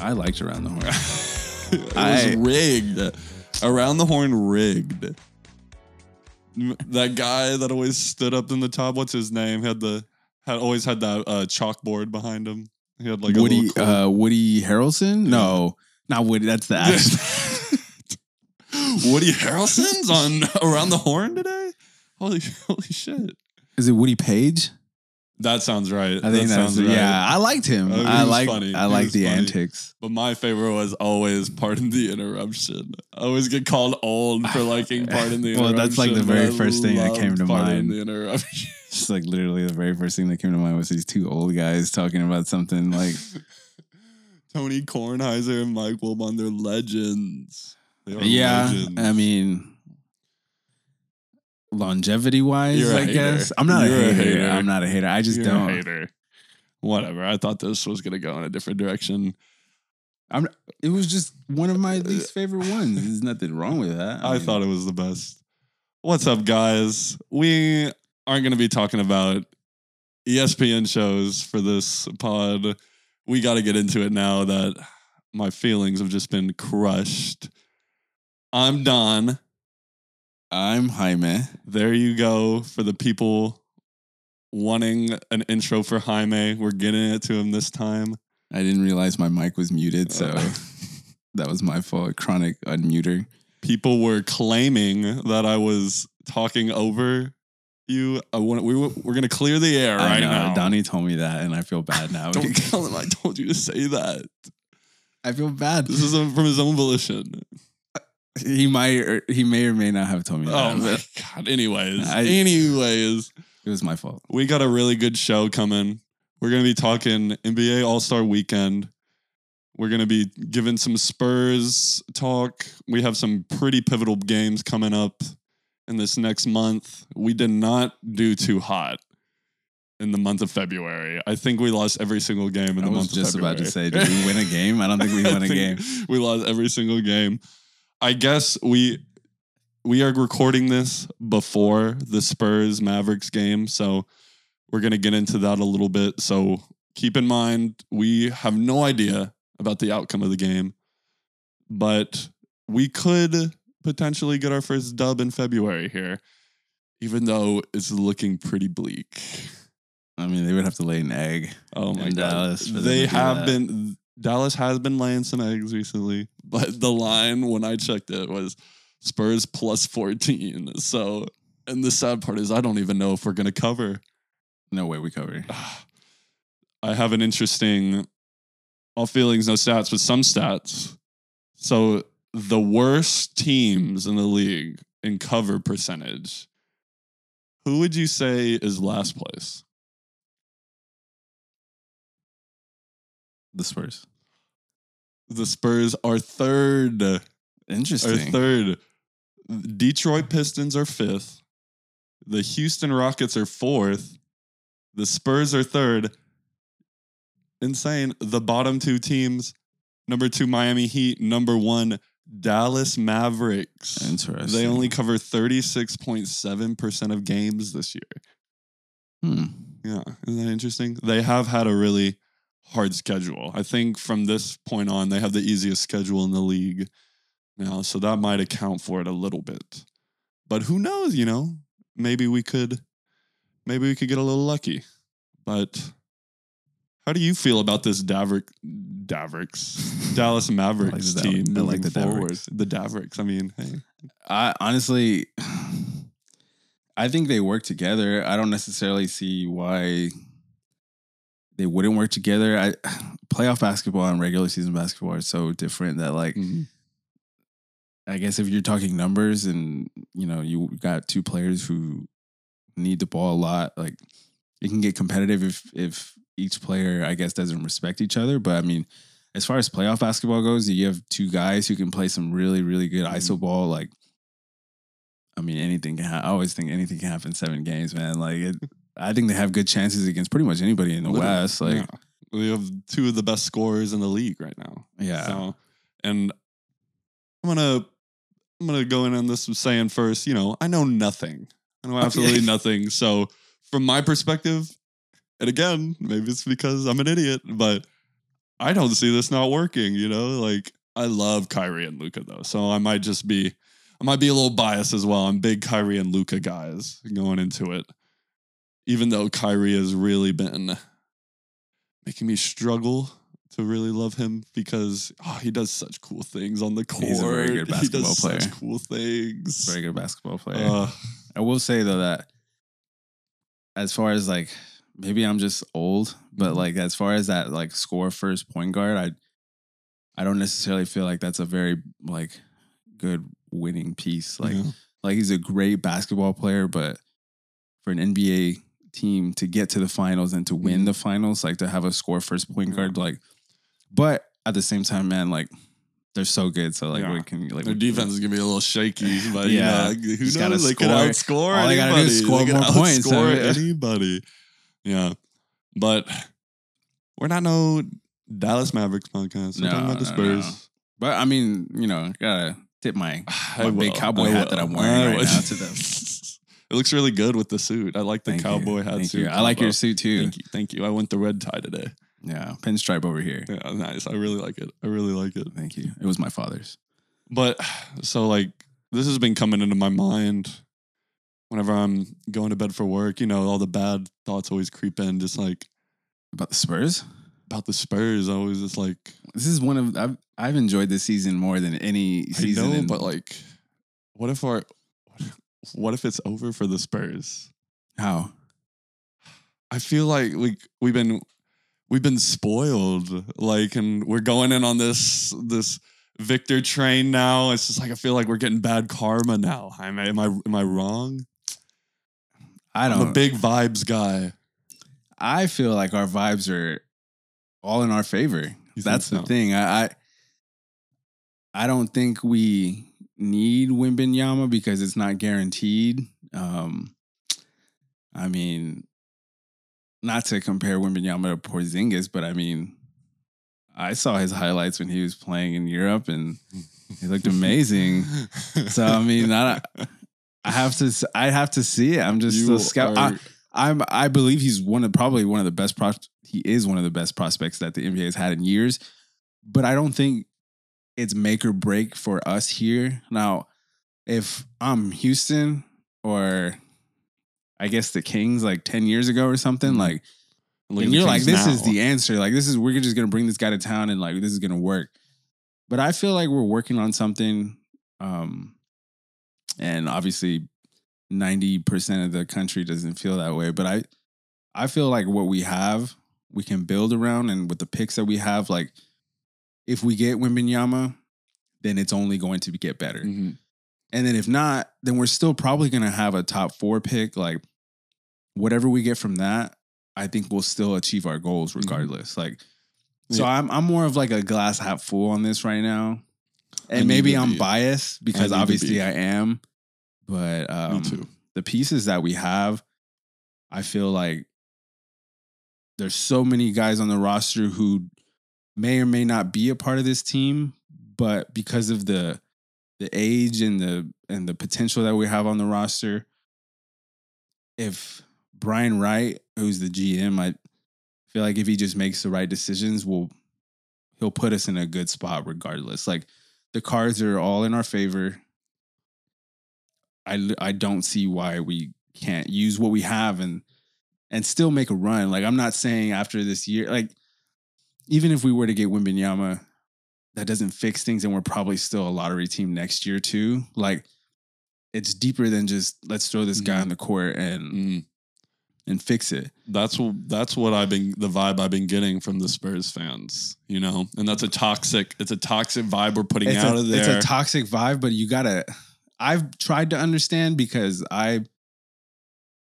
I liked Around the Horn. It was I- rigged. Around the horn rigged. M- That guy that always stood up in the top, what's his name? Had the had always had that uh, chalkboard behind him. He had like a Woody little clip. uh, Woody Harrelson? No, not Woody. That's the actor. Woody Harrelson's on Around the Horn today? Holy holy shit. Is it Woody Page? That sounds I right. think that that's sounds right. yeah. I liked him. Uh, he I was like funny. I He like was the funny. antics. But my favorite was always pardon the interruption. I always get called old for liking pardon the interruption. Well, that's like the but very I first thing that loved came to Pardon mind. The interruption. Just like literally the very first thing that came to mind was these two old guys talking about something like Tony Kornheiser and Mike Wilbon, they're legends. They are yeah. legends. I mean longevity wise, You're a I hater. guess. I'm not You're a a hater. hater. I'm not a hater. I just You're a don't. hater. Whatever. I thought this was gonna go in a different direction. It was just one of my least favorite ones. There's nothing wrong with that. I mean, thought it was the best. What's up, guys? We aren't going to be talking about E ESPN shows for this pod. We got to get into it now that my feelings have just been crushed. I'm Don. I'm Jaime. There you go for the people wanting an intro for Jaime. We're getting it to him this time. I didn't realize my mic was muted, so Uh, that was my fault. Chronic unmuter. people were claiming that I was talking over you. I want we were- we're gonna clear the air I right know. now. Donnie told me that, and I feel bad now. Don't tell him I told you to say that. I feel bad. This is from his own volition. He might, or, he may or may not have told me that. Oh but my god. Anyways, I- anyways, it was my fault. we got a really good show coming. We're gonna be talking NBA All Star Weekend. We're gonna be giving some Spurs talk. We have some pretty pivotal games coming up in this next month. We did not do too hot in the month of February. I think we lost every single game in the I was month of just about February. to say, did we win a game? I don't think we I won a game. think We lost every single game. I guess we we are recording this before the Spurs Mavericks game, so we're gonna get into that a little bit. So keep in mind we have no idea about the outcome of the game, but we could potentially get our first dub in February here, even though it's looking pretty bleak. I mean, they would have to lay an egg. Oh my in god. Dallas for them to they do have that. been Dallas has been laying some eggs recently, but the line when I checked it was Spurs plus 14. So and the sad part is I don't even know if we're gonna cover. No way we cover. I have an interesting all feelings, no stats, but some stats. So the worst teams in the league in cover percentage. Who would you say is last place? The Spurs. The Spurs are third. are Interesting. third. Detroit Pistons are fifth. The Houston Rockets are fourth. The Spurs are third. Insane. The bottom two teams, number two Miami Heat, number one Dallas Mavericks. Interesting. They only cover 36.7% of games this year. Hmm. Yeah, isn't that interesting? They have had a really hard schedule. I think from this point on, they have the easiest schedule in the league now, so that might account for it a little bit. But who knows? You know, maybe we could, maybe we could get a little lucky. But how do you feel about this Davrick, Davricks, Dallas Mavericks the Dav- team? I like moving the forward? Davricks. The Davricks. I mean, hey, I honestly, I think they work together. I don't necessarily see why they wouldn't work together. I playoff basketball and regular season basketball are so different that like I guess if you're talking numbers and you know you got two players who need the ball a lot, like it can get competitive if if each player I guess doesn't respect each other. But I mean, as far as playoff basketball goes, you have two guys who can play some really really good Mhm. iso ball. Like, I mean, anything can. Ha- I always think anything can happen in seven games, man. Like, it, I think they have good chances against pretty much anybody in the Literally, West. Like, yeah. we have two of the best scorers in the league right now. yeah, So, and I'm gonna I'm gonna go in on this with saying first, you know, I know nothing. I know absolutely nothing. So from my perspective, and again, maybe it's because I'm an idiot, but I don't see this not working, you know? Like I love Kyrie and Luca though. So I might just be I might be a little biased as well. I'm big Kyrie and Luca guys going into it. Even though Kyrie has really been making me struggle to really love him because oh, he does such cool things on the court. He's a very good he basketball does player. Such cool things. Very good basketball player. Uh, I will say though that as far as like maybe I'm just old, but Mm-hmm. like as far as that like score first point guard, I I don't necessarily feel like that's a very like good winning piece. Like yeah. like he's a great basketball player, but for an NBA team to get to the finals and to win Mm-hmm. the finals, like to have a score first point guard, like but at the same time, man, like they're so good. So like Yeah. we can like Their defense is gonna be a little shaky, but Yeah. yeah, you know, who Just gotta knows? They could outscore All they anybody. gotta do is score could more points, outscore huh? anybody. Yeah, but we're not no Dallas Mavericks podcast. We're No, talking about the no, no. Spurs. But I mean, you know, gotta tip my I My big will. cowboy I hat will. that I'm wearing I right will. now to them. it looks really good with the suit. I like the Thank you. cowboy hat Thank suit. you. I like your combo. suit too. Thank you, thank you. I went the red tie today. Yeah, pinstripe over here. Yeah, nice. I really like it. I really like it. Thank you. It was my father's. But so like this has been coming into my mind whenever I'm going to bed for work, you know, all the bad thoughts always creep in just like About the Spurs, about the Spurs. I always just like this is one of I've I've enjoyed this season more than any season. I know, in- but like what if our what if it's over for the Spurs? how? I feel like we we've been we've been spoiled like and we're going in on this this Victor train now. It's just like I feel like we're getting bad karma now. Am I am I, am I wrong? I I'm don't. a big vibes guy. I feel like our vibes are all in our favor. You think That's the so? thing. I, I I don't think we need Wimbenyama because it's not guaranteed. Um, I mean, not to compare Wimbenyama to Porzingis, but I mean, I saw his highlights when he was playing in Europe, and he looked amazing. so I mean, I, I have to s- I have to see it. I'm just so skeptical. are- I'm I believe he's one of probably one of the best pro he is one of the best prospects that the NBA has had in years. But I don't think it's make or break for us here. Now, if I'm Houston or I guess the Kings like 10 years ago or something, Mhm. like look at and the you're like, Kings this now. is the answer. Like, this is we're just gonna bring this guy to town and like this is gonna work. But I feel like we're working on something. Um, and obviously, ninety percent of the country doesn't feel that way. But I, I feel like what we have, we can build around, and with the picks that we have, like if we get Wimbenyama, then it's only going to be- get better. Mhm. And then if not, then we're still probably going to have a top four pick. Like whatever we get from that, I think we'll still achieve our goals regardless. Like, so Mm-hmm. Yeah. I'm I'm more of like a glass half full on this right now, I and need maybe to I'm be. biased because need to obviously be. I am, but um, Me too. the pieces that we have, I feel like there's so many guys on the roster who may or may not be a part of this team, but because of the the age and the and the potential that we have on the roster, if Brian Wright, who's the GM, I feel like if he just makes the right decisions, we'll he'll put us in a good spot regardless. Like the cards are all in our favor. I l- I don't see why we can't use what we have and and still make a run. Like I'm not saying after this year, like even if we were to get Wimbenyama, that doesn't fix things, and we're probably still a lottery team next year too. Like it's deeper than just let's throw this guy Mhm. on the court and Mhm. and fix it. That's what that's what I've been the vibe I've been getting from the Spurs fans, you know, and that's a toxic. It's a toxic vibe we're putting It's out a, of there. it's a toxic vibe, but you gotta. I've tried to understand because I,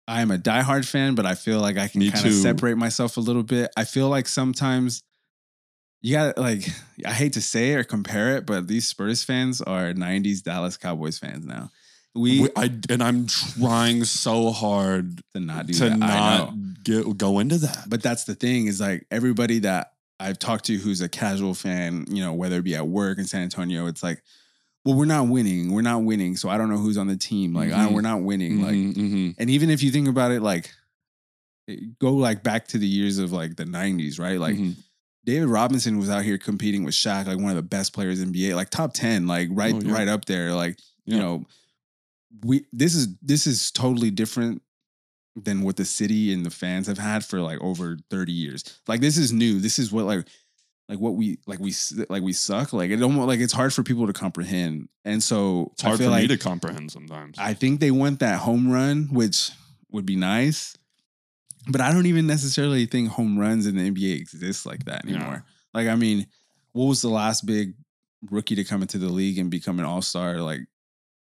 I am a diehard fan, but I feel like I can Me kind of too. separate myself a little bit. I feel like sometimes you gotta like. I hate to say it or compare it, but these Spurs fans are '90s Dallas Cowboys fans now. We, We- I and I'm trying so hard to not do to that. I know. not get go into that. But that's the thing is like everybody that I've talked to who's a casual fan, you know, whether it be at work in San Antonio, it's like, well, we're not winning. We're not winning. So I don't know who's on the team. Like, I, Mhm. we're not winning. Like, Mhm, mhm. and even if you eh, think about it, like, it- go like back to the years of like the 90s, right? Like, Mhm. David Robinson was out here competing with Shaq, like one of the best players in NBA, like top ten, like right Oh, yeah. right up there. Like you Yeah. know, we this is this is totally different than what the city and the fans have had for like over thirty years. Like this is new. This is what like like what we like we s- like we suck. Like it almost like it's hard for people to comprehend. And so It's hard I for feel like me to comprehend sometimes. I think they want that home run, which would be nice. But I don't even necessarily think home runs in the NBA exist like that Yeah. anymore. Like, I mean, what was the last big rookie to come into the league and become an all star? Like,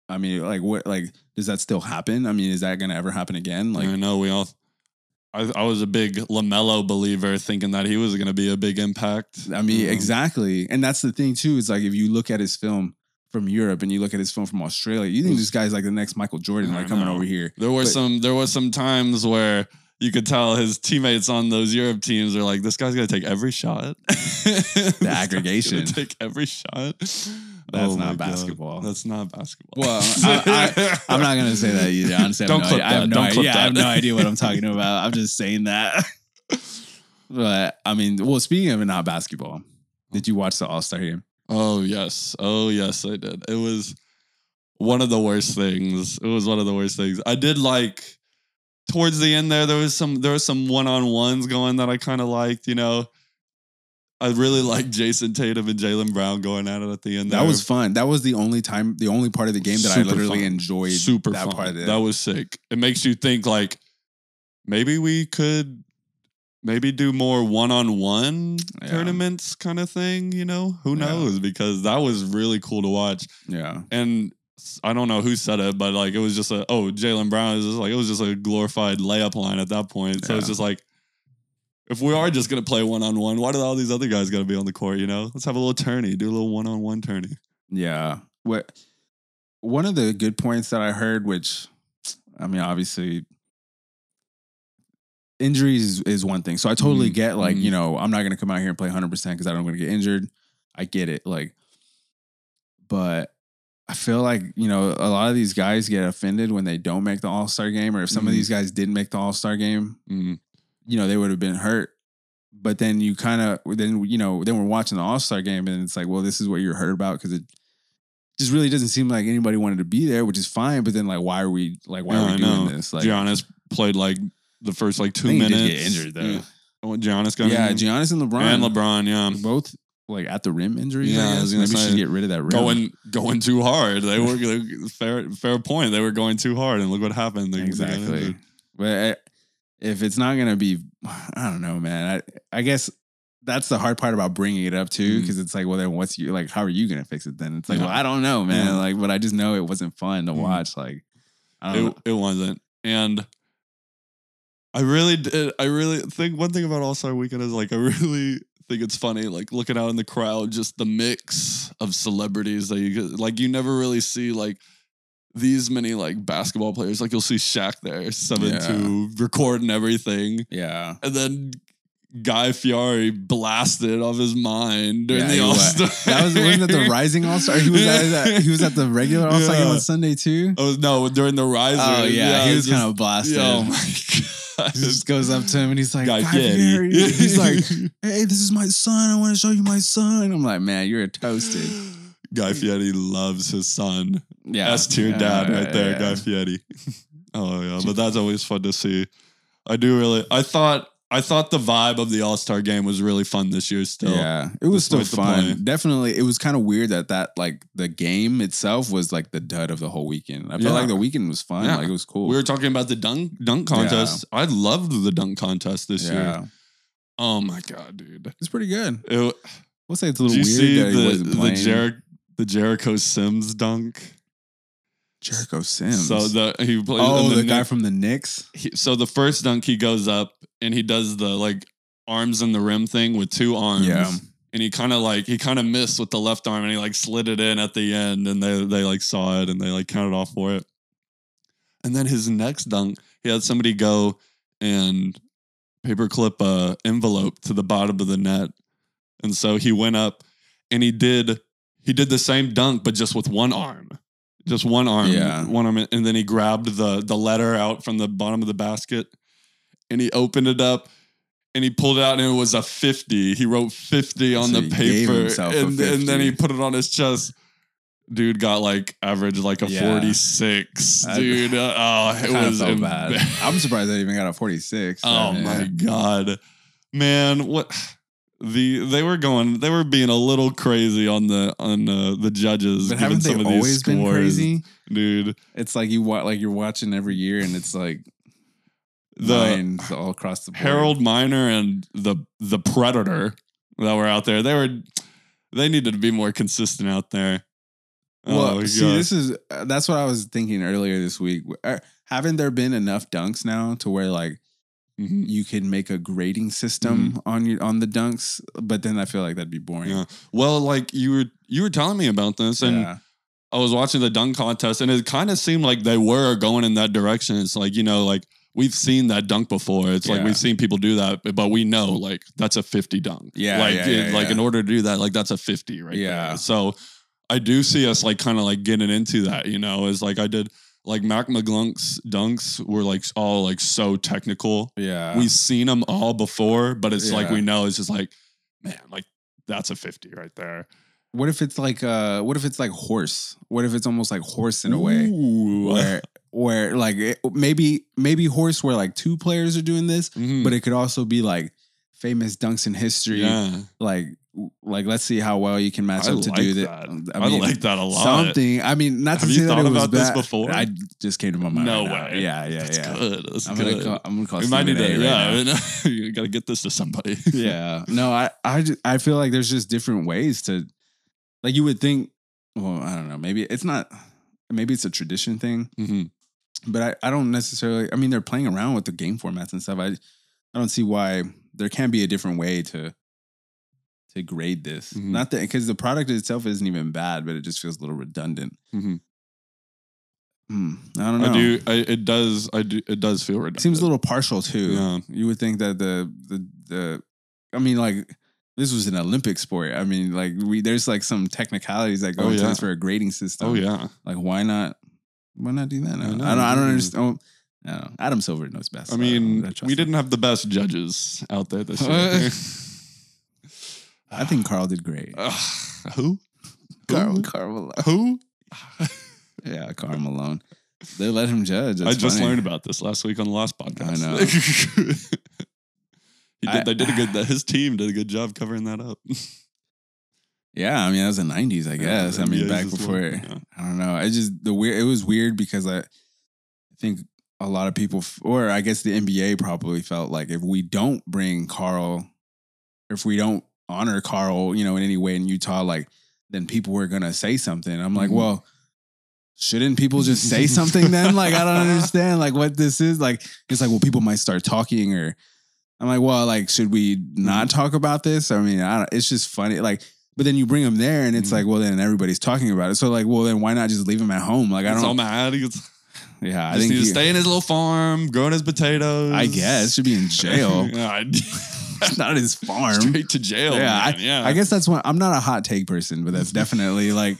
I mean, like what? Like, does that still happen? I mean, is that gonna ever happen again? Like, I know we all. I, I was a big Lamelo believer, thinking that he was going to be a big impact. I mean, Um, exactly. And that's the thing too. Is like if you look at his film from Europe and you look at his film from Australia, you think this guy's like the next Michael Jordan, I like coming know. over here. There were But- some. There was some times where you could tell his teammates on those Europe teams are like, "This guy's going to take every shot." the aggregation. take every shot. That's That's not basketball. That's not basketball. Well, I- I'm not gonna say that either. Honestly, I have Don't no clip idea. I have that. no Don't idea. clip Yeah, I have that. no idea what I'm talking about. I'm just saying that. but I mean, well, speaking of not basketball, did you watch the All Star game? Oh yes. Oh yes, I did. It was one of the worst things. It was one of the worst things. I did like towards the end there there was some there was some one-on-ones going that I kind of liked, you know. I really liked Jason Tatum and Jalen Brown going at it at the end. That there. was fun. That was the only time, the only part of the game that I Super literally fun. enjoyed. super that fun. part of it. That was sick. It makes you think like maybe we could maybe do more one-on-one Yeah. tournaments kind of thing, you know? Who Yeah. knows? Because that was really cool to watch. yeah, and s- I don't know who said it, but like it was just a oh Jalen Brown is just like it was just a glorified layup line at that point. So it's Yeah. just like if we are just gonna play one on one, why do all these other guys gotta be on the court? You know, let's have a little tourney, do a little one on one tourney. yeah. What one of the good points that I heard, which I mean, obviously. Injuries is, is one thing. So I totally Mhm. get like, Mhm. you know, I'm not going to come out here and play 100% because I don't want to get injured. I get it. Like, but I feel like, you know, a lot of these guys get offended when they don't make the All Star game, or if some of Mhm. these guys didn't make the All Star game, Mm. you know, they would have been hurt. But then you kind of, then, you know, then we're watching the All Star game and it's like, well, this is what you're hurt about because it just really doesn't seem like anybody wanted to be there, which is fine. But then, like, why are we, like, why Yeah, are I we doing know. this? Like, Giannis played like the first like I two think he minutes. did get injured, though. Yeah. Oh, Giannis got yeah, injured? Giannis and LeBron. and LeBron. Yeah, Both, like, at the rim injuries. Yeah, I I guess. was gonna Maybe we should say, get rid of that rim. going going too hard. They were fair fair point. They were going too hard, and look what happened. They- they got Exactly. injured. But I- if it's not gonna be, I don't know, man. I I guess that's the hard part about bringing it up too, Mhm. because it's like, well, then what's you like? How are you gonna fix it? Then it's like, Yeah. well, I don't know, man. Yeah. Like, but I just know it wasn't fun to Mhm. watch. Like, I don't It, it wasn't. And I really did. I really think one thing about All Star Weekend is like, I really think it's funny, like looking out in the crowd, just the mix of celebrities that you could, like, you never really see like these many like basketball players. Like, you'll see Shaq there, 7 2, recording everything. yeah, And then Guy Fiore blasted off his mind during Yeah, he the All was. Star. that was wasn't that the Rising All Star? He was at that, he was at the regular All Star game Yeah. on Sunday too. Oh, no, during the Rising. Oh yeah, he was just- kind of blasted. Yo, He my God. just goes up to him and he's like, Guy "Guy Fieri." Fieri. he's like, "Hey, this is my son. I want to show you my son." I'm like, "Man, you're toasted." Guy Fieri loves his son. Yeah, That's tier Yeah, dad yeah, right there, yeah. Guy Fieri. oh yeah, but that's always fun to see. I do really. I thought. I thought the vibe of the All Star game was really fun this year. Still, Yeah, it was Just still worth the play. fun. Definitely, it was kind of weird that that like the game itself was like the dud of the whole weekend. I felt Yeah. like the weekend was fun. Yeah. Like it was cool. we were talking about the dunk dunk contest. I loved the dunk contest this year. yeah, Oh my god, dude! it's pretty good. It, We'll say it's a did little you weird see that he the wasn't the, playing. Jer- the Jericho Sims dunk? Jericho Sims. So the he played. oh, and the, then guy Nick- from the Knicks. he, so the first dunk he goes up and he does the like arms in the rim thing with two arms Yeah, and he kind of like he kind of missed with the left arm and he like slid it in at the end and they they like saw it and they like counted off for it and then his next dunk he had somebody go and paperclip a envelope to the bottom of the net and so he went up and he did he did the same dunk but just with one arm just one arm Yeah. one arm and then he grabbed the the letter out from the bottom of the basket and he opened it up and he pulled it out and it was a 50. He wrote 50 on So the he gave paper himself a and, and then he 50. put it on his chest. Dude got like average like a Yeah. 46. I- Dude, uh, oh, it Kinda was felt embar- bad. I'm surprised I even got a 46. Oh Yeah. my god, man! What the they were going? They were being a little crazy on the on uh, the judges. But giving haven't they some of these always been scores, crazy? dude? It's like you wa- like you're watching every year, and it's like The lines all across the board. Harold Miner and the the Predator that were out there. They were they needed to be more consistent out there. Well, oh, see, God. this is uh, that's what I was thinking earlier this week. Uh, haven't there been enough dunks now to where like Mhm. you can make a grading system on your on the dunks? But then I feel like that'd be boring. Mm-hmm. Yeah. well, like you were you were telling me about this, and Yeah. I was watching the dunk contest and it kind of seemed like they were going in that direction. It's like, you know, like we've seen that dunk before. It's like Yeah. we've seen people do that, but- but we know like that's a 50 dunk. Yeah, Like, yeah, it- yeah, like yeah. in order to do that, like that's a 50 right Yeah. there. So I do see us like kind of like getting into that, you know, is like I did like Mac McGlunk's dunks were like all like so technical. yeah. We've seen them all before, but it's like Yeah. we know it's just like, man, like that's a 50 right there. what if it's like uh what if it's like horse? What if it's almost like horse in a way Ooh. where where like it, maybe maybe horse where like two players are doing this, Mhm. but it could also be like famous dunks in history. Yeah. Like like let's see how well you can match I up to like do that. that. I, like that a lot. something. I mean, not to Have say you that thought it was about this bad. before? I just came to my mind. No right now. way. Yeah, yeah, That's yeah. good. That's I'm gonna good. call. I'm gonna call. we might need Stephen to. A yeah, right now. you gotta get this to somebody. yeah. No, I, I, ju- I feel like there's just different ways to, like, you would think. Well, I don't know. Maybe it's not. Maybe it's a tradition thing, Mhm. but I, I don't necessarily. I mean, they're playing around with the game formats and stuff. I, I don't see why there can't be a different way to. To grade this, Mhm. not that because the product itself isn't even bad, but it just feels a little redundant. Mhm. Hmm. I don't know. I do. I, it does. I do. It does feel redundant. Seems a little partial too. Yeah. You would think that the the the, I mean, like this was an Olympic sport. I mean, like we there's like some technicalities that go Oh, into yeah. this for a grading system. Oh yeah. Like why not? Why not do that? Now? I I, know. don't. I don't understand. Oh, I don't know. Adam Silver knows best. I mean, don't trust we him. didn't have the best judges out there this year. I think Carl did great. Ugh. who? Carl, Uh, Who? Carl Malone. Who? Yeah, Carl Malone. They let him judge. I It's just funny. learned about this last week on the last podcast. I know. he did, I- they did a good. His team did a good job covering that up. Yeah, I mean that was the '90s, I guess. I mean, Yeah, back just before. like- yeah. I don't know. I just the weird. It was weird because I think a lot of people, f- or I guess the NBA probably felt like if we don't bring Carl, if we don't honor Carl, you know, in any way in Utah, like then people were gonna say something. I'm like, Mhm. well, shouldn't people just say something then? Like, I don't understand like what this is. Like, it's like, well, people might start talking or. I'm like, well, like, should we not talk about this? I mean, I don't, it's just funny. Like, but then you bring him there, and it's Mhm. like, well, then everybody's talking about it. So, like, well, then why not just leave him at home? Like, I He's all don't. mad. He gets, Yeah, I just think need to he- stay in his little farm, growing his potatoes. I guess should be in jail. Yeah, it's not his farm. Straight to jail. Yeah, man. yeah. I guess that's why I'm not a hot take person, but that's definitely like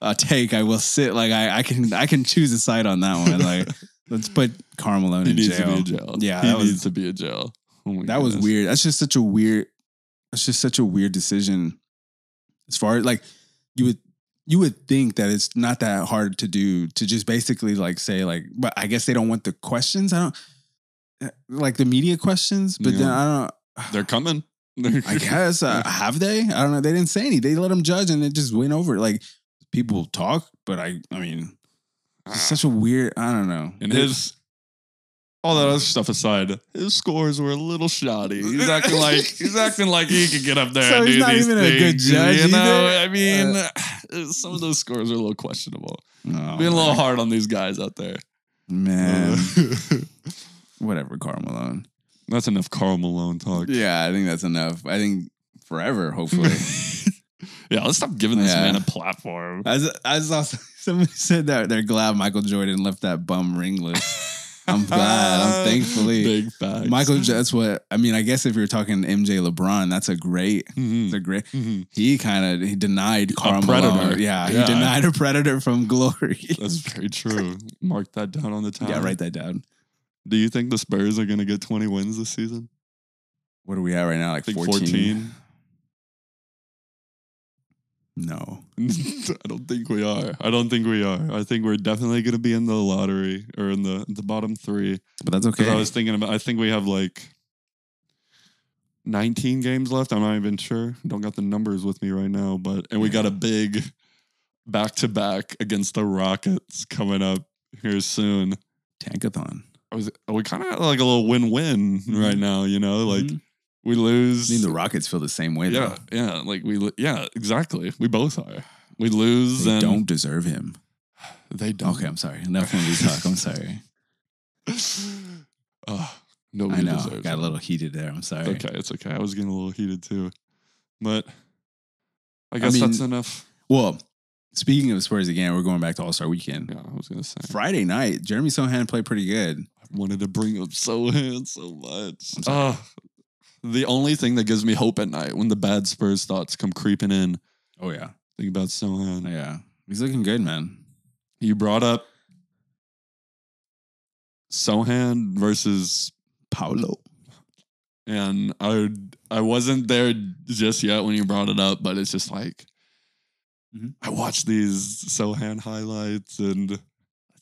a take. I will sit. Like, I, I can I can choose a side on that one. Like, let's put Carmelo he in needs to jail. be in jail. Yeah, he that was- needs to be in jail. Oh my That was goodness. weird. That's just such a weird. That's just such a weird decision. As far as like you would you would think that it's not that hard to do to just basically like say like but I guess they don't want the questions. I don't like the media questions, but then Yeah. I don't They're coming. I guess uh, have they? I don't know. They didn't say any. They let them judge and it just went over. it. Like people talk, but I I mean Ah. it's such a weird I don't know. and his all that other stuff aside, his scores were a little shoddy. He's acting like he's acting like he could get up there. So and he's do not these even a good things, judge You know, either? Uh, I mean, some of those scores are a little questionable. Oh, Being a little man. hard on these guys out there. man. Uh, Whatever, Carl Malone. That's enough Carl Malone talk. Yeah, I think that's enough. I think forever, hopefully. yeah, let's stop giving this Yeah. man a platform. I, s- I saw somebody said that they're glad Michael Jordan left that bum ringless. I'm glad. I'm thankfully Uh, Big facts. Michael, J- that's what I mean. I guess if you're talking MJ LeBron, that's a great. Mhm, It's a great. mhm. He kind of he denied Karl predator. Malone. Yeah, Yeah. he denied a predator from glory. That's very true. Mark that down on the time. yeah, write that down. Do you think the Spurs are going to get 20 wins this season? What are we at right now? I Like think 14? 14. No. I don't think we are. I don't think we are. I think we're definitely going to be in the lottery or in the the bottom three. But that's Because okay. I was thinking about. I think we have like nineteen games left. I'm not even sure. Don't got the numbers with me right now. But and we got a big back to back against the Rockets coming up here soon. Tankathon. I was. We kind of like a little win win right now. You know, like Mhm. we I mean, lose. Mm-hmm. the Rockets feel the same way, yeah, though. yeah. Like we. lo- Yeah, exactly. We both are. We lose They and don't deserve him. They don't. Okay, I'm sorry. Enough when we talk. I'm sorry. Ugh, nobody I know. deserves Got a it. little heated there. I'm sorry. It's okay, it's okay. I was getting a little heated too, but I I guess that's mean- enough. Well, speaking of Spurs again, we're going back to All Star Weekend. Yeah, I was gonna say. Friday night, Jeremy Sohan played pretty good. I wanted to bring up Sohan so much. I'm sorry. Ugh. the only thing that gives me hope at night when the bad Spurs thoughts come creeping in. Oh yeah, Think about Sohan. yeah. He's looking good, man. You brought up Sohan versus Paolo. and I I wasn't there just yet when you brought it up, but it's just like Mhm. I watched these Sohan highlights and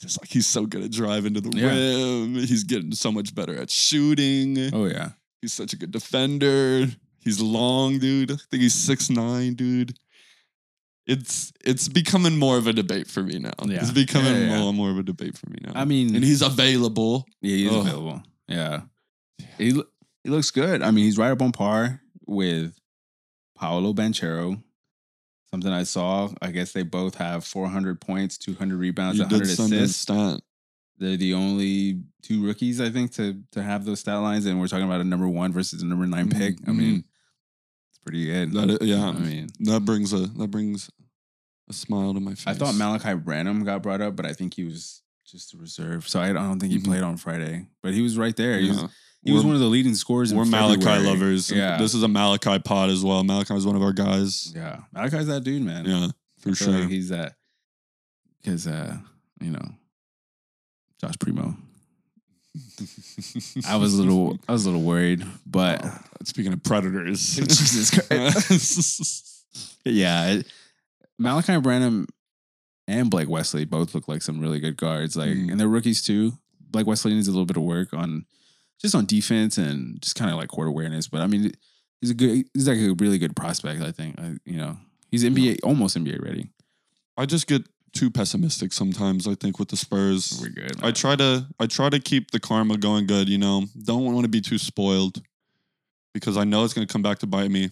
just like he's so good at driving to the Yeah. rim. He's getting so much better at shooting. Oh yeah. He's such a good defender. He's long, dude. I think he's six nine, dude. It's it's becoming more of a debate for me now. Yeah. It's becoming Yeah, yeah, yeah. more more of a debate for me now. I mean, and he's available. yeah, he's Ugh. available. Yeah, he lo- he looks good. I mean, he's right up on par with Paolo Banchero. Something I saw. I guess they both have 400 points, 200 rebounds, You 100 did send a assists. stat. They're the only two rookies, I think, to to have those stat lines. And we're talking about a number one versus a number 9 Mhm, pick. I mean, it's pretty good. That i- yeah. I mean, That brings a that brings a smile to my face. I thought Malachi Branham got brought up, but I think he was just a reserve. So I don't think he Mhm. played on Friday, but he was right there. He was, Yeah. he was We're- one of the leading scorers. in We're Malachi February. lovers. Yeah, This is a Malachi pod as well. Malachi is one of our guys. yeah. Malachi's that dude, man. Yeah, for I feel sure. like he's that because uh, you know, Josh Primo. I was a little, I was a little worried, but Oh, Speaking of predators, Jesus yeah, it- Malachi Branham and Blake Wesley both look like some really good guards. Like, Mhm. and they're rookies too. Blake Wesley needs a little bit of work on just on defense and just kind of like court awareness. But I mean, he's a good, he's like a really good prospect. I think. I, you know, he's NBA almost NBA ready. I just get too pessimistic sometimes. I think with the Spurs, good. I try to I try to keep the karma going good, you know. Don't want to be too spoiled because I know it's going to come back to bite me,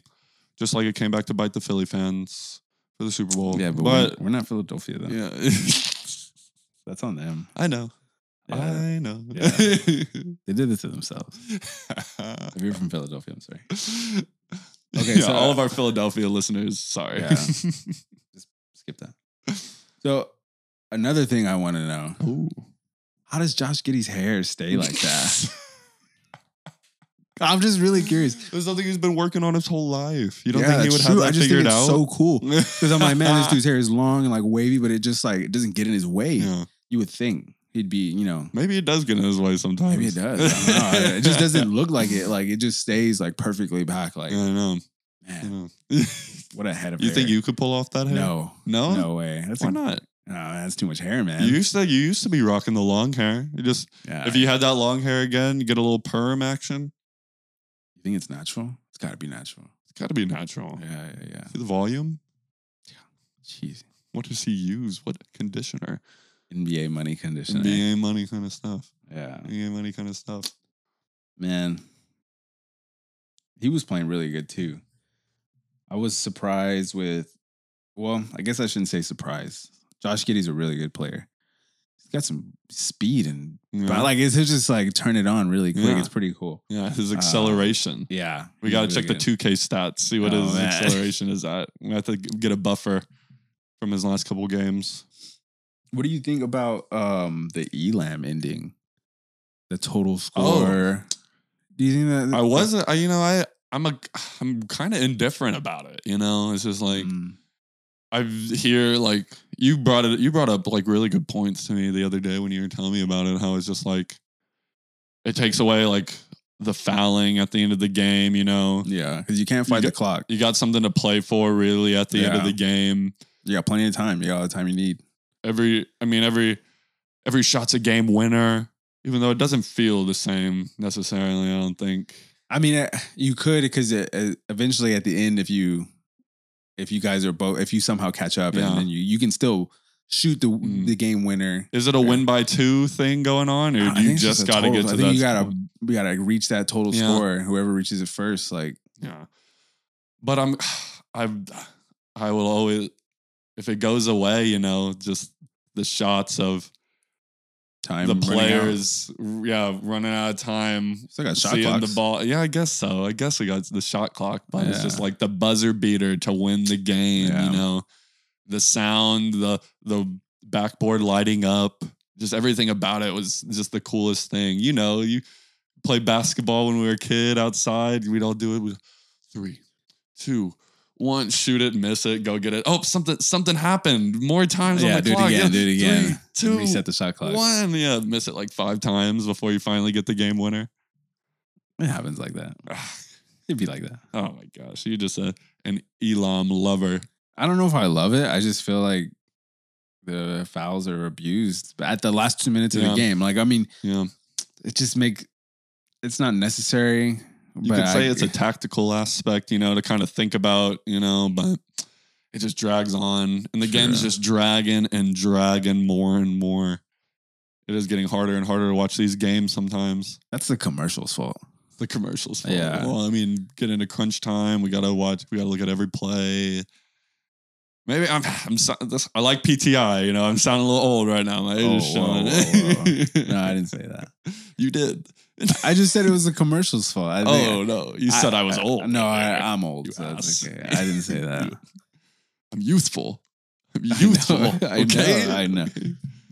just like it came back to bite the Philly fans for the Super Bowl. yeah, but, but we're, we're not Philadelphia though. yeah, That's on them. I know, Yeah. I know. they did this to themselves. If you're from Philadelphia, I'm sorry. Okay, Okay, so- all of our Philadelphia listeners, sorry. Yeah. Skip that. So another thing I want to know: Ooh. How does Josh Giddy's hair stay like that? I'm just really curious. It was something he's been working on his whole life. You don't think he it's would true. have that I just figured think it's out? so cool because I'm like, man, this dude's hair is long and like wavy, but it just like it doesn't get in his way. Yeah. You would think he'd be, you know, Maybe it does get in his way sometimes. maybe it does. I don't know. it just doesn't look like it. Like it just stays like perfectly back. Like Yeah, I know. I man, know. what a head of you hair. think you could pull off that hair? No, No? no way. That's Why a- not? No, that's too much hair, man. You used to you used to be rocking the long hair. You just yeah. if you had that long hair again, you get a little perm action. You think it's natural? It's got to be natural. It's gotta be natural. Yeah, yeah, yeah. See the volume? Jeez, What does he use? What conditioner? NBA money conditioner. Uh. NBA money kind of stuff. Yeah, NBA money kind of stuff. man. He was playing really good too. I was surprised with, well, I guess I shouldn't say surprised. Josh Giddy's a really good player. He's got some speed and, Yeah. but like, it's he'll just like turn it on really quick. Yeah. It's pretty cool. Yeah, his Uh, acceleration. Yeah. we got to check the 2K stats, see what Oh, his man. acceleration is at. We have to g- get a buffer from his last couple games. What do you think about um the Elam ending? The total score. Do you think that Oh. I wasn't, I, you know, I I'm a I'm kind of indifferent about it. You know, it's just like Mm, I hear like you brought it, you brought up like really good points to me the other day when you were telling me about it. How it's just like it takes away like the fouling at the end of the game, you know. Yeah, because you can't fight got- the clock. You got something to play for really at the end of Yeah. the game. You got plenty of time. You got all the time you need. Every I mean every every shot's a game winner, even though it doesn't feel the same necessarily, I don't think. I mean, uh, you could because eventually at the end, if you if you guys are both, if you somehow catch up, Yeah. and then you you can still shoot the Mm. the game winner. Is it a Yeah. win by two thing going on, or I do think you it's just, a got to total- get to I think that? you gotta score? we gotta reach that total Yeah. score. Whoever reaches it first, like Yeah. But I'm, I'm, I will always, if it goes away, you know, just the shots of time the running out. players, r- yeah, running out of time, still got shot seeing clocks. the ball. Yeah, I guess so. I guess we got the shot clock, but it's just Yeah. like the buzzer beater to win the game. Yeah. You know, the sound, the the backboard lighting up, just everything about it was just the coolest thing. You know, you play basketball when we were a kid outside. We'd all do it with three, two. One, shoot it, miss it, go get it. Oh, something something happened. More times Yeah, on the do it clock. again, do it again. Three, two, Reset the shot clock. one. Yeah, miss it like five times before you finally get the game winner. It happens like that. It'd be like that. Oh my gosh, you're just a an Elam lover. I don't know if I love it. I just feel like the fouls are abused at the last two minutes of Yeah. the game. Like, I mean, Yeah, it just make it's not necessary. you but could say I- it's a tactical aspect, you know, to kind of think about, you know, but it just drags on, and the game's Sure. just dragging and dragging more and more. It is getting harder and harder to watch these games sometimes. that's the commercial's fault. The commercials. fall. Yeah. Well, I mean, get into crunch time. We gotta watch. We gotta look at every play. Maybe I'm. I'm. so- this- I like PTI. You know, I'm sounding a little old right now. My age is Oh, whoa, showing. whoa, No, I didn't say that. you did. I just said it was the commercial's fault. I Oh no! You said I, was old. No, I, I'm old. You so that's ass. okay. I didn't say that. You- I'm youthful. I'm I know, youthful. I know, okay, I know.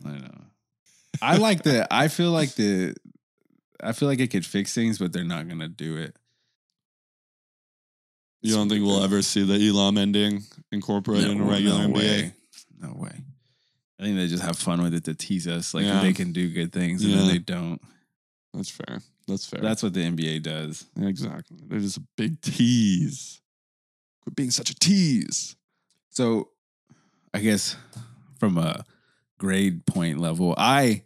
I know. I like the. I feel like the. I feel like it could fix things, but they're not gonna do it. You don't think we'll ever see the Elam ending incorporated in a regular NBA? Way. No way. I think they just have fun with it to tease us, like Yeah. they can do good things and then Yeah. they don't. That's fair. That's fair. That's what the NBA does. exactly. They're just a big tease. Quit being such a tease. So, I guess from a grade point level, I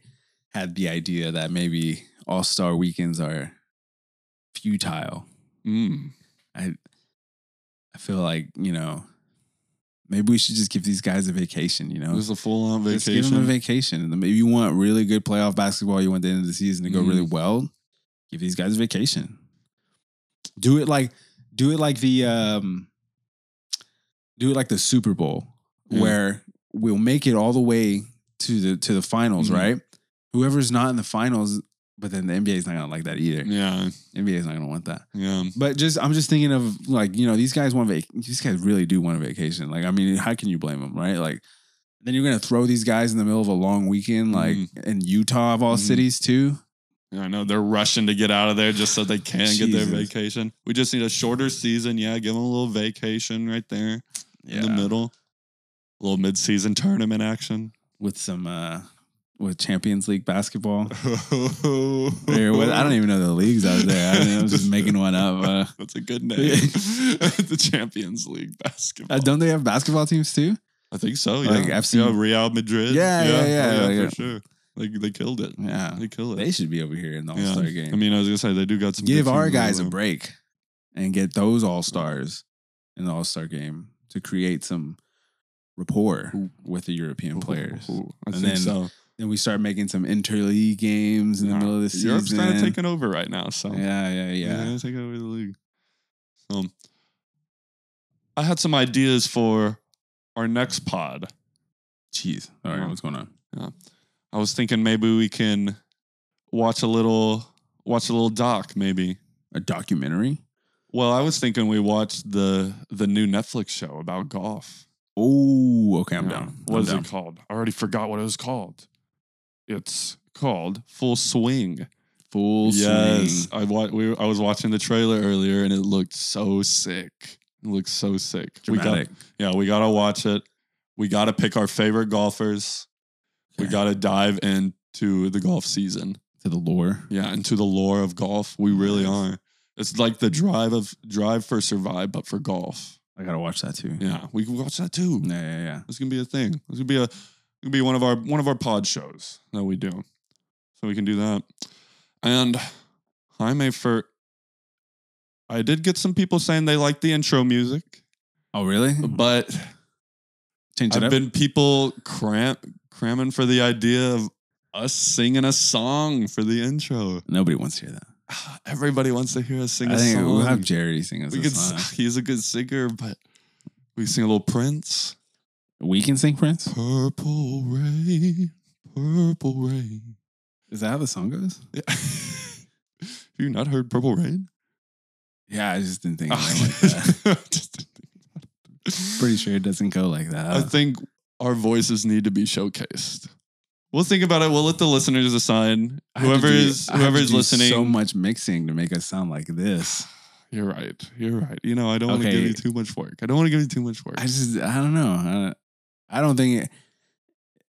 had the idea that maybe All Star weekends are futile. Mm. I feel like you know, maybe we should just give these guys a vacation. You know, This is a full on Just give vacation. them a vacation. And then If you want really good playoff basketball, you want the end of the season to go Mhm. really well, give these guys a vacation. Do it like do it like the um do it like the Super Bowl Yeah. where we'll make it all the way to the to the finals, Mhm. right? Whoever's not in the finals, but then the NBA is not gonna like that either. yeah, NBA is not gonna want that. yeah. But just I'm just thinking of like you know these guys want vac- these guys really do want a vacation. Like I mean, how can you blame them, right? Like then you're gonna throw these guys in the middle of a long weekend, like Mm-hmm. in Utah of all Mhm. cities too. Yeah, I know they're rushing to get out of there just so they can get their Jesus. vacation. We just need a shorter season. Yeah, give them a little vacation right there in the middle. A little mid-season tournament action. with some uh with Champions League basketball. Or with- I I don't even know the leagues out there. I, mean, I was just making one up. Uh, That's a good name. the Champions League basketball. uh, don't they have basketball teams too? I think so. Yeah. Like, I've seen- yeah, Real Madrid. Yeah, yeah, yeah, oh, like, for yeah. sure. Like they killed it. Yeah, They killed it. they should be over here in the All yeah. Star game. I mean, I was gonna say they do got some. give good our teams guys a around. break and get those all stars in the all star game to create some rapport Ooh. with the European players. Ooh, I And think then so. Then we start making some interleague games in the Yeah. middle of the season. Europe's kind of taking over right now. So yeah, yeah, yeah. They take over the league. Um, I had some ideas for our next pod. Jeez. All right, Yeah. what's going on? I was thinking maybe we can watch a little watch a little doc maybe. A documentary? Well, I was thinking we watched the the new Netflix show about golf. Oh, okay, I'm Yeah. down. What I'm is down. it called? I already forgot what it was called. It's called Full Swing. Full swing. I wa- we were- I was watching the trailer earlier and it looked so sick. It looked so sick. We got Dramatic. Yeah, we gotta watch it. We gotta pick our favorite golfers. We Okay. gotta dive into the golf season. to the lore. Yeah, and to the lore of golf, we really Yes. are. It's like the drive of drive for survive, but for golf. I gotta watch that too. Yeah, we can watch that too. Yeah, yeah, yeah. It's gonna be a thing. It's gonna be a it's gonna be one of our one of our pod shows that we do. So we can do that. And Jaime for I did get some people saying they like the intro music, Oh, really? but Change it Um, I've up. been people cram- cramming for the idea of us singing a song for the intro. Nobody wants to hear that. Everybody wants to hear us sing a I think song. we'll have Jerry sing us We a could, song. s- he's a good singer, but we sing a little Prince. we can sing Prince. Purple rain, purple rain. Is that how the song goes? Yeah. have you not heard Purple Rain? Yeah, I just didn't think of Oh, it like that. Just- Pretty sure it doesn't go like that. I think our voices need to be showcased. We'll think about it. We'll let the listeners decide. I have to Whoever do- is I have to whoever is do listening. So much mixing to make us sound like this. You're right. You're right. You know, I don't want to give Okay. you too much work. I don't want to give you too much work. I just, I don't know. I don't, I don't think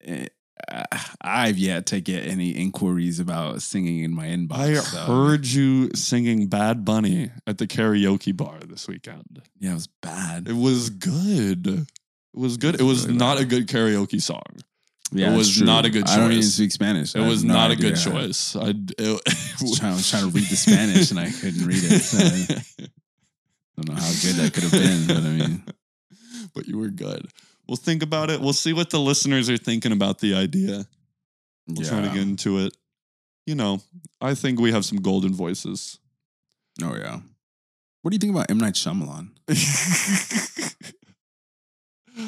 it, I- I've yet to get any inquiries about singing in my inbox. I so- heard you singing Bad Bunny at the karaoke bar this weekend. Yeah, it was bad. It was good. It was good. It was Really not bad. a good karaoke song. Yeah, it it's was true. not a good I don't even choice. speak Spanish. so It I was have no not a good idea. choice. I, d- it, I was, trying, I was trying to read the Spanish and I couldn't read it. So I don't know how good that could have been, but I mean, but you were good. We'll think about it. We'll see what the listeners are thinking about the idea. We'll try to yeah. get into it. You know, I think we have some golden voices. Oh yeah. What do you think about M Night Shyamalan?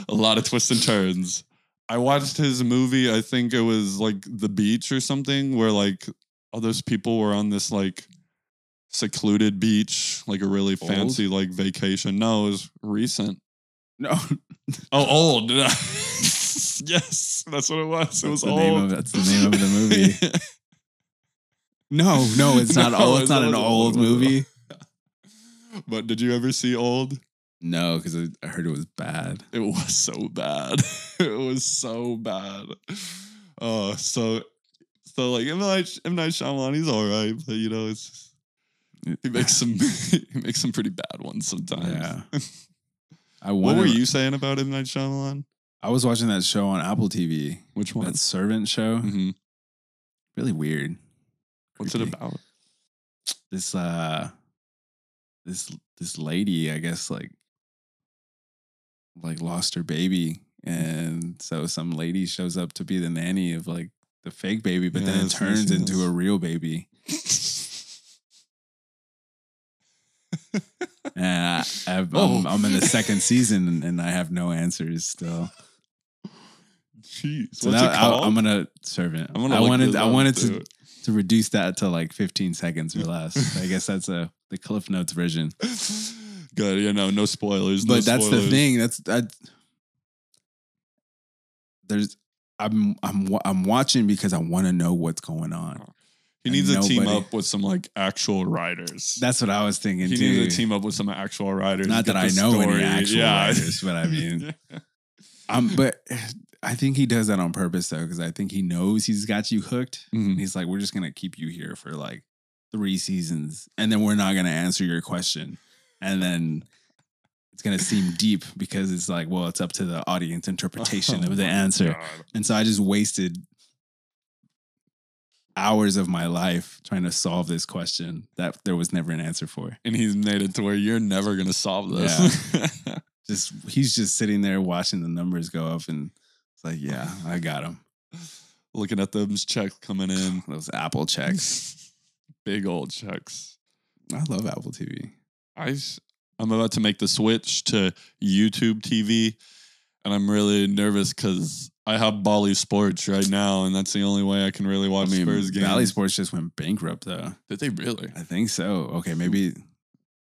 a lot of twists and turns. I watched his movie, I think it was like The Beach or something, where like all those people were on this like secluded beach, like a really Old? fancy like vacation. No, it was recent. No, Oh, old. yes, that's what it was. It That's was the old. name of- that's the name of the movie. no, Oh, no. It's not. No, old. It's it's not not an an old old movie. but did you ever see Old? No, because I, I heard it was bad. It was so bad. it was so bad. Oh, so so like M Night, M Night Shyamalan, he's all right, but you know it's just- he makes some he makes some pretty bad ones sometimes. Yeah. I What wonder, were you saying about M Night Shyamalan? I was watching that show on Apple TV, Which one? that servant show. Mhm. Really weird. What's it Creepy. about? This uh, this this lady, I guess, like like lost her baby, and so some lady shows up to be the nanny of like the fake baby, but then it Yes, yes, turns into yes. a real baby. And I, Uh, I've, Oh. I'm, I'm in the second season and, and I have no answers still. Jeez, So what's now it I, called? I'm gonna servant. I'm gonna I look wanted this I up, wanted to, dude. to reduce that to like 15 seconds or less. I guess that's a the Cliff Notes version. Good, you know, no spoilers. no but that's the spoilers. thing. That's that. There's I'm I'm wa- I'm watching because I want to know what's going on. He and needs to team nobody- up with some like actual writers. That's what I was thinking he too. needs to team up with some actual writers. Not get that I the know any story. actual writers, but I mean. Um, but I think he does that on purpose though, because I think he knows he's got you hooked. And Mhm. he's like, we're just gonna keep you here for like three seasons, and then we're not gonna answer your question, and then it's gonna seem deep because it's like, well, it's up to the audience interpretation Oh of the my answer. God. And so I just wasted hours of my life trying to solve this question that there was never an answer for. And he's made it to where you're never gonna solve this. Just he's just sitting there watching the numbers go up, and it's like, yeah, I got him. Looking at those checks coming in. Those Apple checks. Big old checks. I love Apple TV. I s- I'm about to make the switch to YouTube TV, and I'm really nervous because I have Bali Sports right now, and that's the only way I can really watch I mean, Spurs games. Valley Sports just went bankrupt, though. Did they really? I think so. Okay, Hmm. maybe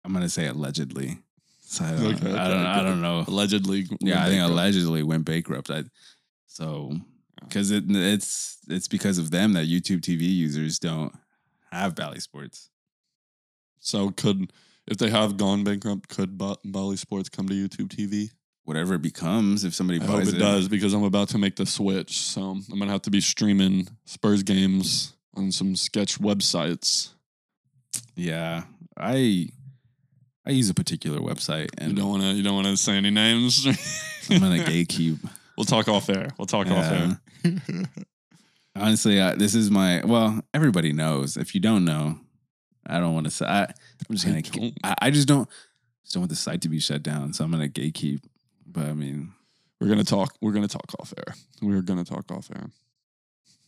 I'm gonna say allegedly. So I don't, Okay, okay, I don't, I okay. don't know. Allegedly. Yeah, I think bankrupt. Oh. allegedly went bankrupt. I, so because it, it's it's because of them that YouTube TV users don't have Valley Sports. So could if they have gone bankrupt, could Ba- Bali Sports come to YouTube TV? Whatever it becomes, if somebody I hope buys it does because I'm about to make the switch. So I'm gonna have to be streaming Spurs games on some sketch websites. Yeah, I I use a particular website, and you don't want to. You don't want to say any names. I'm gonna gatekeep. We'll talk off air. We'll talk Yeah. off air. Honestly, I, this is my well. Everybody knows. If you don't know, I don't want to say. I, I'm just I gonna. don't. I, I just don't. Just don't want the site to be shut down, so I'm gonna gatekeep. But I mean, We're gonna talk. We're gonna talk off air. We're gonna talk off air.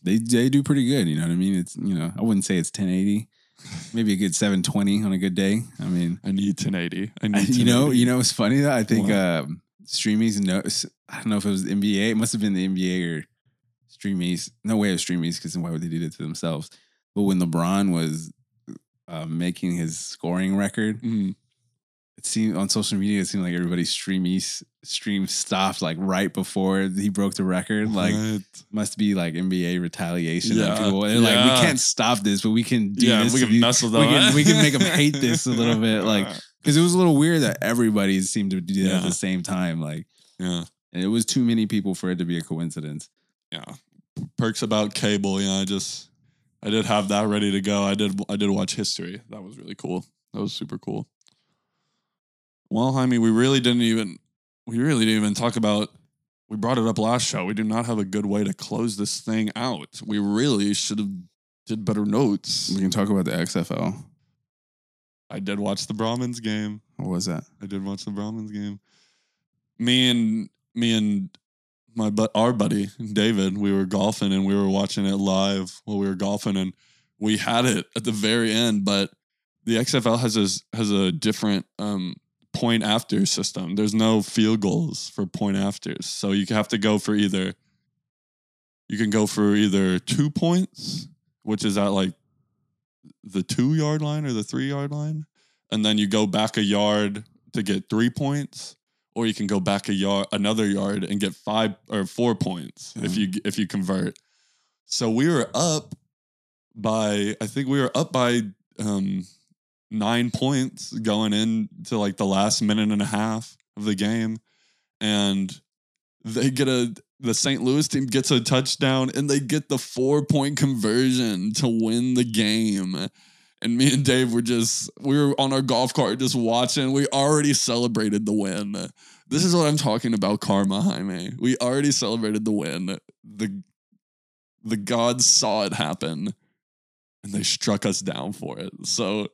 they they do pretty good. You know what I mean? It's you know I wouldn't say it's 1080, maybe a good 720 on a good day. I mean, I need 1080. I need. I- you know, 1080. you know, it's funny though. I think What? um, Streamies knows. I don't know if it was the NBA. It must have been the NBA or Streamies. No way it was Streamies because why would they do that to themselves? But when LeBron was uh, making his scoring record, Mm. it seemed on social media it seemed like everybody Streamies stream stopped like right before he broke the record. Like What? must be like NBA retaliation. on Yeah, people. They're like, yeah. we can't stop this, but we can do yeah, this. we to can you." mess with we them. can- we can make 'em hate this a little bit, like, Because it was a little weird that everybody seemed to do that at Yeah. the same time. Like, yeah, and it was too many people for it to be a coincidence. yeah. Perks about cable. Yeah, I just I did have that ready to go. I did I did watch history. That was really cool. That was super cool. Well, Jaime, we really didn't even we really didn't even talk about. We brought it up last show. We do not have a good way to close this thing out. We really should have did better notes. We can talk about the XFL. I did watch the Brahmins game. What was that? I did watch the Brahmins game. Me and me and my but our buddy David, we were golfing and we were watching it live while we were golfing, and we had it at the very end. But the XFL has a, has a different um, point after system. There's no field goals for point afters, so you have to go for either. You can go for either two points, which is at like the two yard line or the three yard line, and then you go back a yard to get three points, or you can go back a yard, another yard, and get five or four points if you if you convert. So we were up by, I think we were up by um, nine points going into like the last minute and a half of the game, and they get a the St. Louis team gets a touchdown and they get the four point conversion to win the game. And me and Dave were just we were on our golf cart just watching. We already celebrated the win. This is what I'm talking about, karma, Jaime. We already celebrated the win. The the gods saw it happen and they struck us down for it. So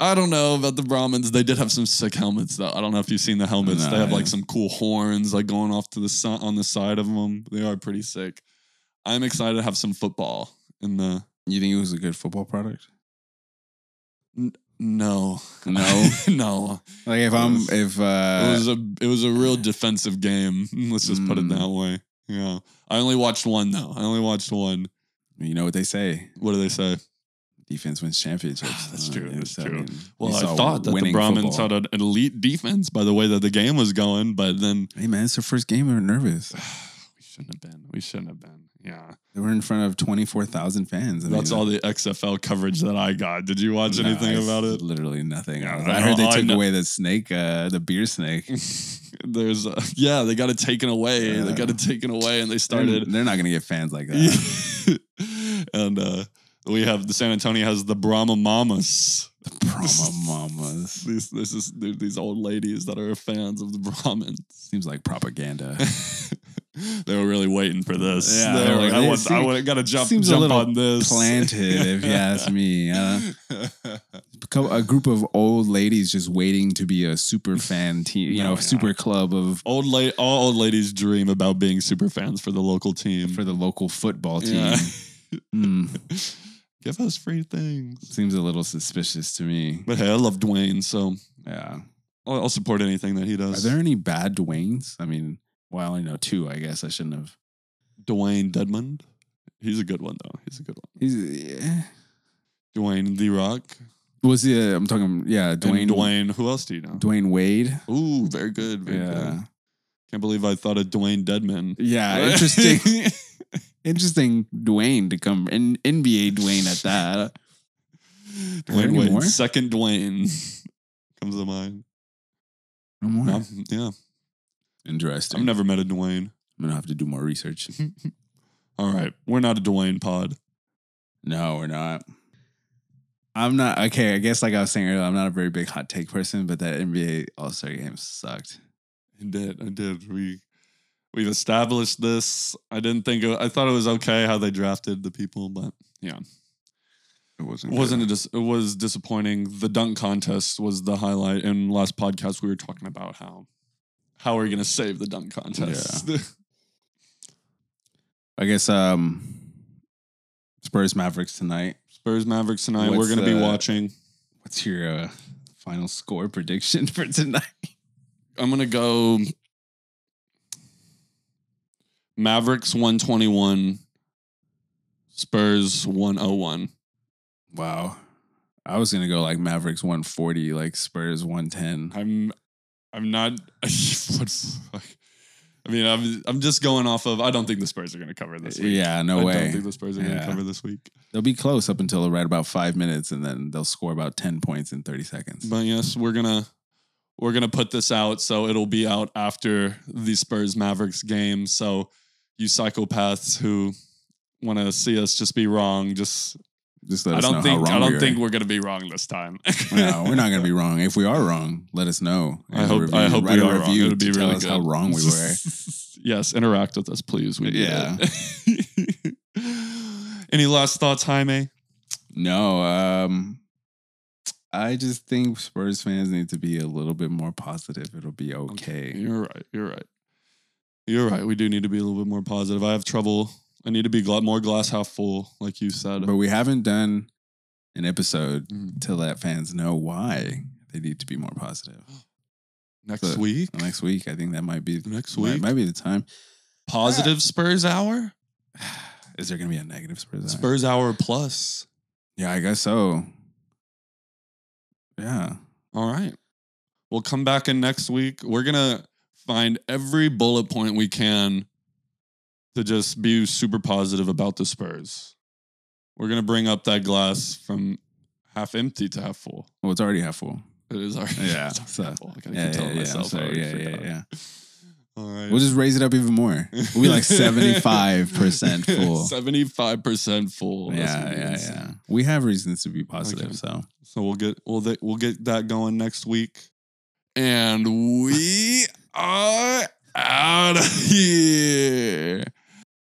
I don't know about the Brahmins. They did have some sick helmets though. I don't know if you've seen the helmets. No, they have I like haven't. some cool horns like going off to the sun on the side of them. They are pretty sick. I'm excited to have some football in the You think it was a good football product? no. No. no. Like if It I'm was- if it uh was a it was a real defensive game. Let's just put it Mm. that way. Yeah. I only watched one though. I only watched one. you know what they say, What do they say? defense wins championships. That's Uh, true, and that's so, true. mean, Well, you I saw thought that the winning Brahmins football. had an elite defense by the way that the game was going, but then Hey man, it's their first game. They were nervous. we shouldn't have been. We shouldn't have been. Yeah. They were in front of twenty four thousand fans. I That's mean, all the XFL coverage that I got. Did you watch no, anything I- about it? Literally nothing. Yeah, I heard they all I took know- away the snake, uh, the beer snake. There's uh, yeah, they got it taken away. they got it taken away and they started They're, they're not gonna get fans like that. and uh, we have the San Antonio has the Brahma Mamas. Brahma mamas. These this is they're these old ladies that are fans of the Brahmins. Seems like propaganda. they were really waiting for this. Yeah, They they're were like, like, I it want, I seem- want to gotta jump seems a jump little on this. Planted, if you ask me. Uh, become a group of old ladies just waiting to be a super fan team, you No, know, yeah. super club of old la- all old ladies dream about being super fans for the local team. for the local football team. Yeah. Hmm, Give us free things. seems a little suspicious to me. But hey, I love Dwayne, so Yeah. I'll, I'll support anything that he Are does. there any bad Dwaynes? I mean, well, I only know two. I guess I shouldn't have. Dwayne Dedmond. He's a good one though. He's a good one. He's, eh. Dwayne The Rock. Was he? i I'm talking. Yeah, Dwayne. Dwayne. Dwayne. Who else do you know? Dwayne Wade. Ooh, very good. Very Yeah. good. Can't believe I thought of Dwayne Deadman. Yeah. Interesting. interesting Dwayne to come in NBA Dwayne at that. there Dwayne any Wade. more? Second Dwayne comes to mind. No more. No, yeah. Interesting. I've I'm, never met a Dwayne. gonna have to do more research. All right. We're not a Dwayne pod. No, we're not. I'm not okay. I guess like I was saying earlier, I'm not a very big hot take person, but that NBA All Star game sucked. I did. I did. We we've established this. I didn't think it, I thought it was okay how they drafted the people, but yeah, It wasn't. it wasn't a dis- it was disappointing. The dunk contest was the highlight. And last podcast we were talking about how how are we gonna save the dunk contest? I guess um, Spurs Mavericks tonight. Spurs Mavericks tonight. What's we're gonna be the- watching. What's your uh, final score prediction for tonight? I'm gonna go Mavericks 121, Spurs 101. Wow, I was gonna go like Mavericks 140, like Spurs 110. I'm I'm not what the fuck? I mean, I'm I'm just going off of I don't think the Spurs are gonna cover this week. Yeah, no I way. don't think the Spurs are gonna Yeah. cover this week. They'll be close up until right about five minutes, and then they'll score about ten points in thirty seconds. But yes, we're gonna we're gonna put this out, so it'll be out after the Spurs Mavericks game. So you psychopaths who want to see us just be wrong, just Just let I us know don't think how I wrong don't we were. think we're gonna be wrong this time. no, we're not going to be wrong. If we are wrong, let us know. I And hope review- I hope write we a are wrong. review It would be to really tell us good. how wrong we were. yes, interact with us, please. We need Yeah. it. Any last thoughts, Jaime? No, um, I just think Spurs fans need to be a little bit more positive. It'll be okay. You're right. You're right. You're right. We do need to be a little bit more positive. I have trouble. I need to be gla- more glass half full, like you said. But we haven't done an episode Mm. to let fans know why they need to be more positive. Next So, week. Next week, I think that might be Next might, week. might be the time. Positive Spurs hour. Is there going to be a negative Spurs? hour? Spurs hour plus. Yeah, I guess so. Yeah. All right. We'll come back in next week. We're going to find every bullet point we can to just be super positive about the Spurs. We're going to bring up that glass from half empty to half full. Well, it's already half full. It is our Yeah, it's our so- half full. I gotta yeah, keep telling yeah, yeah, I'm myself. I sorry, already yeah, yeah, forgot. yeah. All right. We'll just raise it up even more. We'll be like 75% full. 75% full. That's yeah, gonna be yeah, insane. yeah. We have reasons to be positive, Okay. so So we'll get we'll th- we'll get that going next week, Oh, and we are out of here.